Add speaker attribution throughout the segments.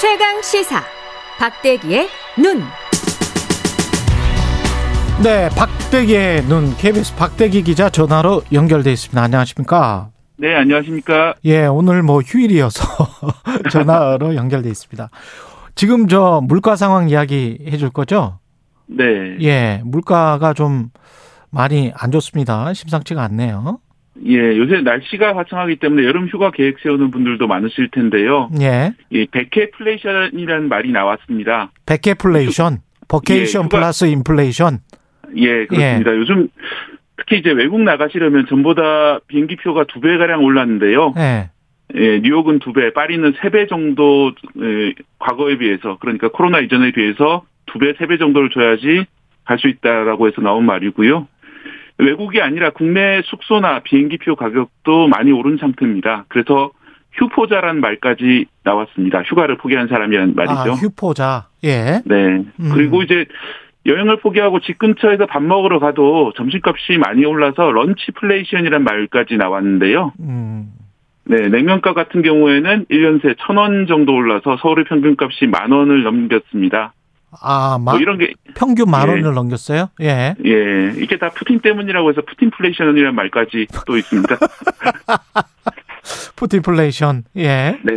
Speaker 1: 최강 시사 박대기의 눈.
Speaker 2: 네, 박대기의 눈 KBS 박대기 기자 전화로 연결돼 있습니다. 안녕하십니까?
Speaker 3: 네, 안녕하십니까?
Speaker 2: 예, 오늘 뭐 휴일이어서 전화로 연결돼 있습니다. 지금 저 물가 상황 이야기 해줄 거죠?
Speaker 3: 네.
Speaker 2: 예, 물가가 좀 많이 안 좋습니다. 심상치가 않네요.
Speaker 3: 예, 요새 날씨가 화창하기 때문에 여름 휴가 계획 세우는 분들도 많으실 텐데요.
Speaker 2: 예,
Speaker 3: 예, 백해플레이션이라는 말이 나왔습니다.
Speaker 2: 백해플레이션, 버케이션
Speaker 3: 예, 휴가-
Speaker 2: 플러스 인플레이션.
Speaker 3: 예, 그렇습니다. 요즘 특히 이제 외국 나가시려면 전보다 비행기표가 두 배가량 올랐는데요.
Speaker 2: 예,
Speaker 3: 예, 뉴욕은 두 배, 파리는 세 배 정도, 예, 과거에 비해서, 그러니까 코로나 이전에 비해서 두 배, 세 배 정도를 줘야지 갈 수 있다라고 해서 나온 말이고요. 외국이 아니라 국내 숙소나 비행기표 가격도 많이 오른 상태입니다. 그래서 휴포자란 말까지 나왔습니다. 휴가를 포기한 사람이란 말이죠.
Speaker 2: 아, 휴포자. 예,
Speaker 3: 네.
Speaker 2: 음.
Speaker 3: 그리고 이제 여행을 포기하고 집 근처에서 밥 먹으러 가도 점심값이 많이 올라서 런치플레이션이란 말까지 나왔는데요.
Speaker 2: 음,
Speaker 3: 네, 냉면가 같은 경우에는 1년 새 1,000원 정도 올라서 서울의 평균값이 만 원을 넘겼습니다.
Speaker 2: 아, 마,
Speaker 3: 뭐 이런 게,
Speaker 2: 평균 만
Speaker 3: 예.
Speaker 2: 원을 넘겼어요? 예.
Speaker 3: 예, 이게 다 푸틴 때문이라고 해서 푸틴플레이션이라는 말까지 또 있습니다.
Speaker 2: 푸틴플레이션. 예.
Speaker 3: 네.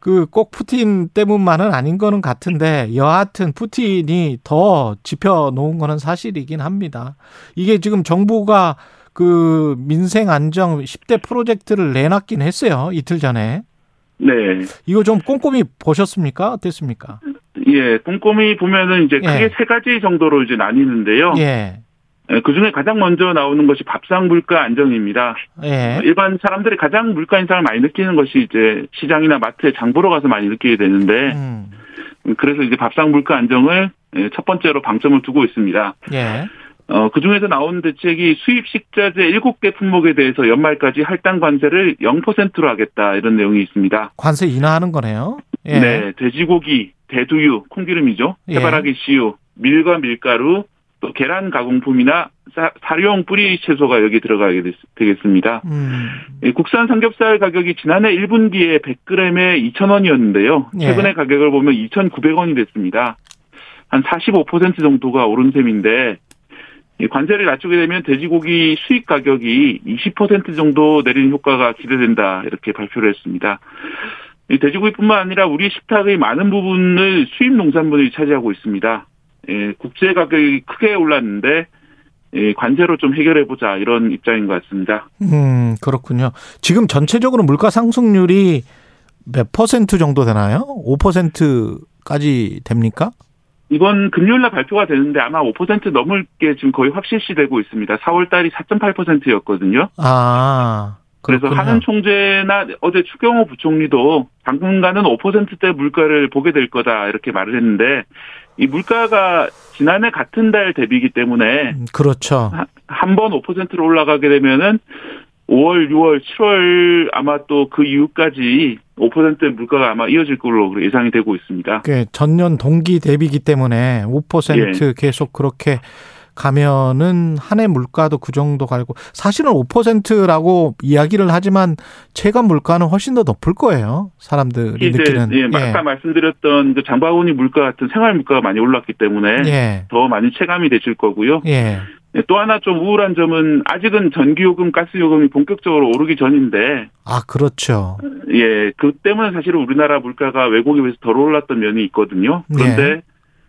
Speaker 2: 그 꼭 푸틴 때문만은 아닌 거는 같은데 여하튼 푸틴이 더 지펴 놓은 거는 사실이긴 합니다. 이게 지금 정부가 그 민생 안정 10대 프로젝트를 내놨긴 했어요. 이틀 전에.
Speaker 3: 네.
Speaker 2: 이거 좀 꼼꼼히 보셨습니까? 어땠습니까?
Speaker 3: 예, 꼼꼼히 보면은 이제 크게
Speaker 2: 예.
Speaker 3: 세 가지 정도로 이제 나뉘는데요.
Speaker 2: 예.
Speaker 3: 그 중에 가장 먼저 나오는 것이 밥상 물가 안정입니다.
Speaker 2: 예.
Speaker 3: 일반 사람들이 가장 물가 인상을 많이 느끼는 것이 이제 시장이나 마트에 장 보러 가서 많이 느끼게 되는데,
Speaker 2: 음.
Speaker 3: 그래서 이제 밥상 물가 안정을 예, 첫 번째로 방점을 두고 있습니다.
Speaker 2: 예.
Speaker 3: 어, 그 중에서 나온 대책이 수입식자재 7개 품목에 대해서 연말까지 할당 관세를 0%로 하겠다 이런 내용이 있습니다.
Speaker 2: 관세 인하하는 거네요. 예.
Speaker 3: 네, 돼지고기, 대두유, 콩기름이죠.
Speaker 2: 예.
Speaker 3: 해바라기 씨유, 밀과 밀가루, 또 계란 가공품이나 사, 사료용 뿌리 채소가 여기 들어가게 되, 겠습니다
Speaker 2: 음.
Speaker 3: 예, 국산 삼겹살 가격이 지난해 1분기에 100g에 2,000원이었는데요.
Speaker 2: 예.
Speaker 3: 최근에 가격을 보면 2,900원이 됐습니다. 한 45% 정도가 오른 셈인데 이 관세를 낮추게 되면 돼지고기 수입 가격이 20% 정도 내리는 효과가 기대된다 이렇게 발표를 했습니다. 이 돼지고기뿐만 아니라 우리 식탁의 많은 부분을 수입 농산물이 차지하고 있습니다. 예, 국제 가격이 크게 올랐는데 예, 관세로 좀 해결해 보자 이런 입장인 것 같습니다.
Speaker 2: 음, 그렇군요. 지금 전체적으로 물가 상승률이 몇 퍼센트 정도 되나요? 5%까지 됩니까?
Speaker 3: 이번 금요일 날 발표가 되는데 아마 5% 넘을 게 지금 거의 확실시되고 있습니다. 4월 달이 4.8%였거든요.
Speaker 2: 아,
Speaker 3: 그래서
Speaker 2: 그렇군요.
Speaker 3: 하는 총재나 어제 추경호 부총리도 당분간은 5%대 물가를 보게 될 거다 이렇게 말을 했는데 이 물가가 지난해 같은 달 대비이기 때문에
Speaker 2: 음, 그렇죠.
Speaker 3: 한 번 5%로 올라가게 되면은 5월, 6월, 7월 아마 또 그 이후까지 5%의 물가가 아마 이어질 걸로 예상이 되고 있습니다.
Speaker 2: 그 전년 동기 대비기 때문에 5%
Speaker 3: 예.
Speaker 2: 계속 그렇게 가면은 한 해 물가도 그 정도 갈고 사실은 5%라고 이야기를 하지만 체감 물가는 훨씬 더 높을 거예요. 사람들이
Speaker 3: 이제
Speaker 2: 느끼는
Speaker 3: 예, 아까 말씀드렸던 그 장바구니 물가 같은 생활 물가가 많이 올랐기 때문에
Speaker 2: 예.
Speaker 3: 더 많이 체감이 되실 거고요.
Speaker 2: 예.
Speaker 3: 예, 또 하나 좀 우울한 점은 아직은 전기요금, 가스요금이 본격적으로 오르기 전인데
Speaker 2: 아, 그렇죠.
Speaker 3: 예, 그 때문에 사실은 우리나라 물가가 외국에 비해서 덜 올랐던 면이 있거든요.
Speaker 2: 예.
Speaker 3: 그런데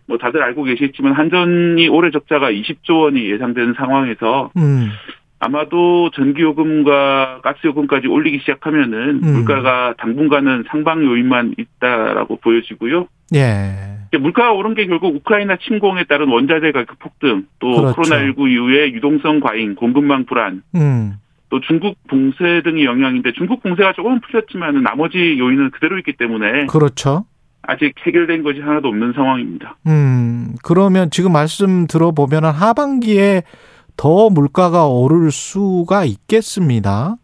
Speaker 3: 뭐 다들 알고 계시겠지만 한전이 올해 적자가 20조 원이 예상되는 상황에서
Speaker 2: 음.
Speaker 3: 아마도 전기요금과 가스요금까지 올리기 시작하면은
Speaker 2: 음.
Speaker 3: 물가가 당분간은 상방 요인만 있다라고 보여지고요.
Speaker 2: 예.
Speaker 3: 이제 그러니까 물가가 오른 게 결국 우크라이나 침공에 따른 원자재 가격 폭등, 또
Speaker 2: 그렇죠.
Speaker 3: 코로나19 이후에 유동성 과잉, 공급망 불안,
Speaker 2: 음.
Speaker 3: 또 중국 봉쇄 등의 영향인데 중국 봉쇄가 조금 풀렸지만 나머지 요인은 그대로 있기 때문에
Speaker 2: 그렇죠.
Speaker 3: 아직 해결된 것이 하나도 없는 상황입니다.
Speaker 2: 음, 그러면 지금 말씀 들어보면 은 하반기에 더 물가가 오를 수가 있겠습니다.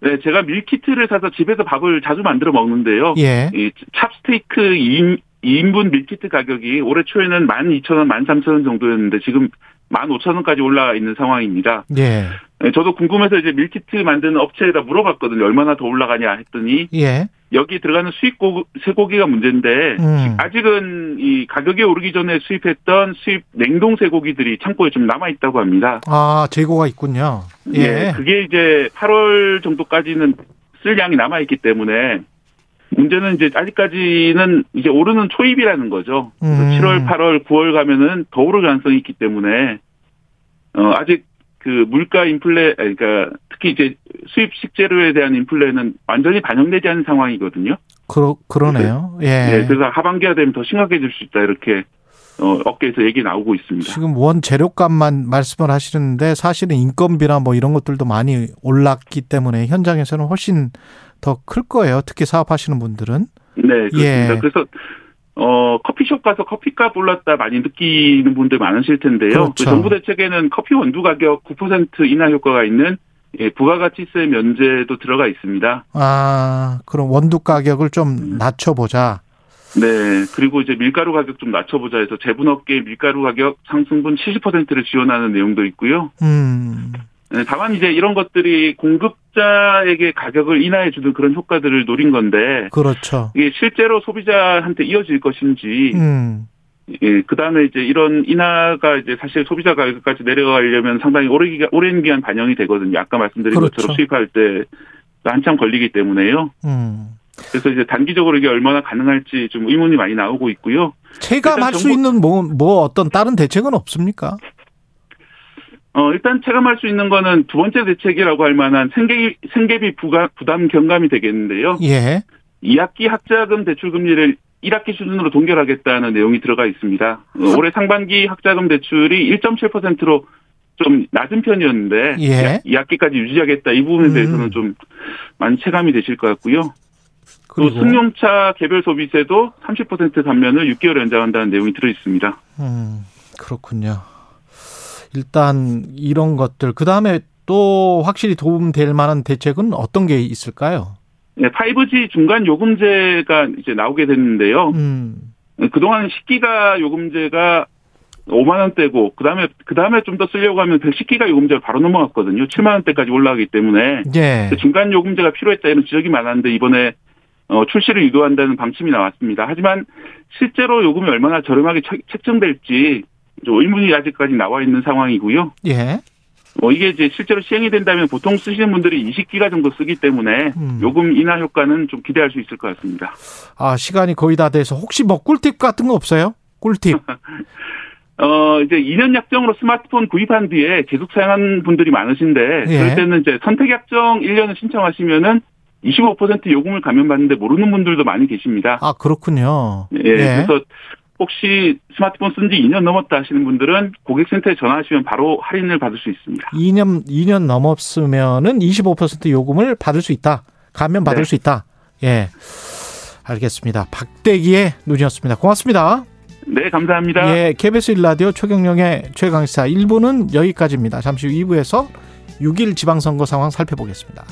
Speaker 3: 네, 제가 밀키트를 사서 집에서 밥을 자주 만들어 먹는데요.
Speaker 2: 예.
Speaker 3: 이 찹스테이크 2인, 인분 밀키트 가격이 올해 초에는 12,000원, 13,000원 정도였는데 지금 15,000원까지 올라 있는 상황입니다.
Speaker 2: 예.
Speaker 3: 예, 저도 궁금해서 이제 밀키트 만드는 업체에다 물어봤거든요. 얼마나 더 올라가냐 했더니
Speaker 2: 예.
Speaker 3: 여기 들어가는 수입 고, 쇠고기가 문제인데
Speaker 2: 음.
Speaker 3: 아직은 이 가격이 오르기 전에 수입했던 수입 냉동 쇠고기들이 창고에 좀 남아 있다고 합니다.
Speaker 2: 아, 재고가 있군요. 예.
Speaker 3: 그게 이제 8월 정도까지는 쓸 양이 남아 있기 때문에 문제는 이제 아직까지는 이제 오르는 초입이라는 거죠. 그래서
Speaker 2: 음.
Speaker 3: 7월, 8월, 9월 가면은 더 오를 가능성이 있기 때문에 어 아직 그 물가 인플레 아니, 그러니까 특히 이제 수입 식재료에 대한 인플레는 완전히 반영되지 않은 상황이거든요.
Speaker 2: 그러, 그러네요.
Speaker 3: 예,
Speaker 2: 예.
Speaker 3: 그래서 하반기가 되면 더 심각해질 수 있다 이렇게 어, 업계에서 얘기 나오고 있습니다.
Speaker 2: 지금 원 재료값만 말씀을 하시는데 사실은 인건비나 뭐 이런 것들도 많이 올랐기 때문에 현장에서는 훨씬 더 클 거예요. 특히 사업하시는 분들은.
Speaker 3: 네, 그렇습니다.
Speaker 2: 예.
Speaker 3: 그래서 어 커피숍 가서 커피값 올랐다 많이 느끼는 분들 많으실 텐데요.
Speaker 2: 그렇죠.
Speaker 3: 그 정부 대책에는 커피 원두 가격 9% 인하 효과가 있는 예, 부가가치세 면제도 들어가 있습니다.
Speaker 2: 아, 그럼 원두 가격을 좀 낮춰보자.
Speaker 3: 네, 그리고 이제 밀가루 가격 좀 낮춰보자 해서 제분업계 밀가루 가격 상승분 70%를 지원하는 내용도 있고요.
Speaker 2: 음.
Speaker 3: 네, 다만 이제 이런 것들이 공급자에게 가격을 인하해 주는 그런 효과들을 노린 건데
Speaker 2: 그렇죠.
Speaker 3: 이게 실제로 소비자한테 이어질 것인지
Speaker 2: 음.
Speaker 3: 예, 그 다음에 이제 이런 인하가 이제 사실 소비자 가격까지 내려가려면 상당히 오래 기간, 오랜 기간 반영이 되거든요. 아까 말씀드린
Speaker 2: 그렇죠.
Speaker 3: 것처럼 수입할 때 한참 걸리기 때문에요.
Speaker 2: 음.
Speaker 3: 그래서 이제 단기적으로 이게 얼마나 가능할지 좀 의문이 많이 나오고 있고요.
Speaker 2: 체감할
Speaker 3: 일단
Speaker 2: 수
Speaker 3: 정부-
Speaker 2: 있는 뭐, 뭐 어떤 다른 대책은 없습니까?
Speaker 3: 어, 일단 체감할 수 있는 거는 두 번째 대책이라고 할 만한 생계비, 생계비 부가, 부담 경감이 되겠는데요.
Speaker 2: 예.
Speaker 3: 2학기 학자금 대출 금리를 1학기 수준으로 동결하겠다는 내용이 들어가 있습니다. 어, 올해 상반기 학자금 대출이 1.7%로 좀 낮은 편이었는데
Speaker 2: 예.
Speaker 3: 2학기까지 유지하겠다 이 부분에
Speaker 2: 음.
Speaker 3: 대해서는 좀 많이 체감이 되실 것 같고요. 또
Speaker 2: 그리고
Speaker 3: 승용차 개별 소비세도 30% 감면을 6개월 연장한다는 내용이 들어 있습니다.
Speaker 2: 음, 그렇군요. 일단 이런 것들 그 다음에 또 확실히 도움될 만한 대책은 어떤 게 있을까요?
Speaker 3: 네, 5G 중간 요금제가 이제 나오게 됐는데요.
Speaker 2: 음,
Speaker 3: 그동안 10기가 요금제가 5만 원대고 그다음에 그다음에 좀 더 쓰려고 하면 110기가 요금제가 바로 넘어갔거든요. 7만 원대까지 올라가기 때문에
Speaker 2: 예,
Speaker 3: 중간 요금제가 필요했다 이런 지적이 많았는데 이번에 어, 출시를 유도한다는 방침이 나왔습니다. 하지만 실제로 요금이 얼마나 저렴하게 책- 책정될지 좀 의문이 아직까지 나와 있는 상황이고요.
Speaker 2: 예,
Speaker 3: 뭐 이게 이제 실제로 시행이 된다면 보통 쓰시는 분들이 20기가 정도 쓰기 때문에
Speaker 2: 음.
Speaker 3: 요금 인하 효과는 좀 기대할 수 있을 것 같습니다.
Speaker 2: 아 시간이 거의 다 돼서 혹시 뭐 꿀팁 같은 거 없어요? 꿀팁.
Speaker 3: 어, 이제 2년 약정으로 스마트폰 구입한 뒤에 계속 사용한 분들이 많으신데,
Speaker 2: 예.
Speaker 3: 그럴 때는 이제 선택 약정 1년을 신청하시면은 25% 요금을 감면받는데 모르는 분들도 많이 계십니다.
Speaker 2: 아 그렇군요.
Speaker 3: 예, 그래서 혹시 스마트폰 쓴 지 2년 넘었다 하시는 분들은 고객센터에 전화하시면 바로 할인을 받을 수 있습니다.
Speaker 2: 2년 2년 넘었으면은 25% 요금을 받을 수 있다. 감면 받을
Speaker 3: 네.
Speaker 2: 수 있다. 예. 알겠습니다. 박대기의 눈이었습니다. 고맙습니다.
Speaker 3: 네, 감사합니다.
Speaker 2: 예, KBS 1라디오 최경령의 최강시사 1부는 여기까지입니다. 잠시 후 2부에서 6일 지방선거 상황 살펴보겠습니다.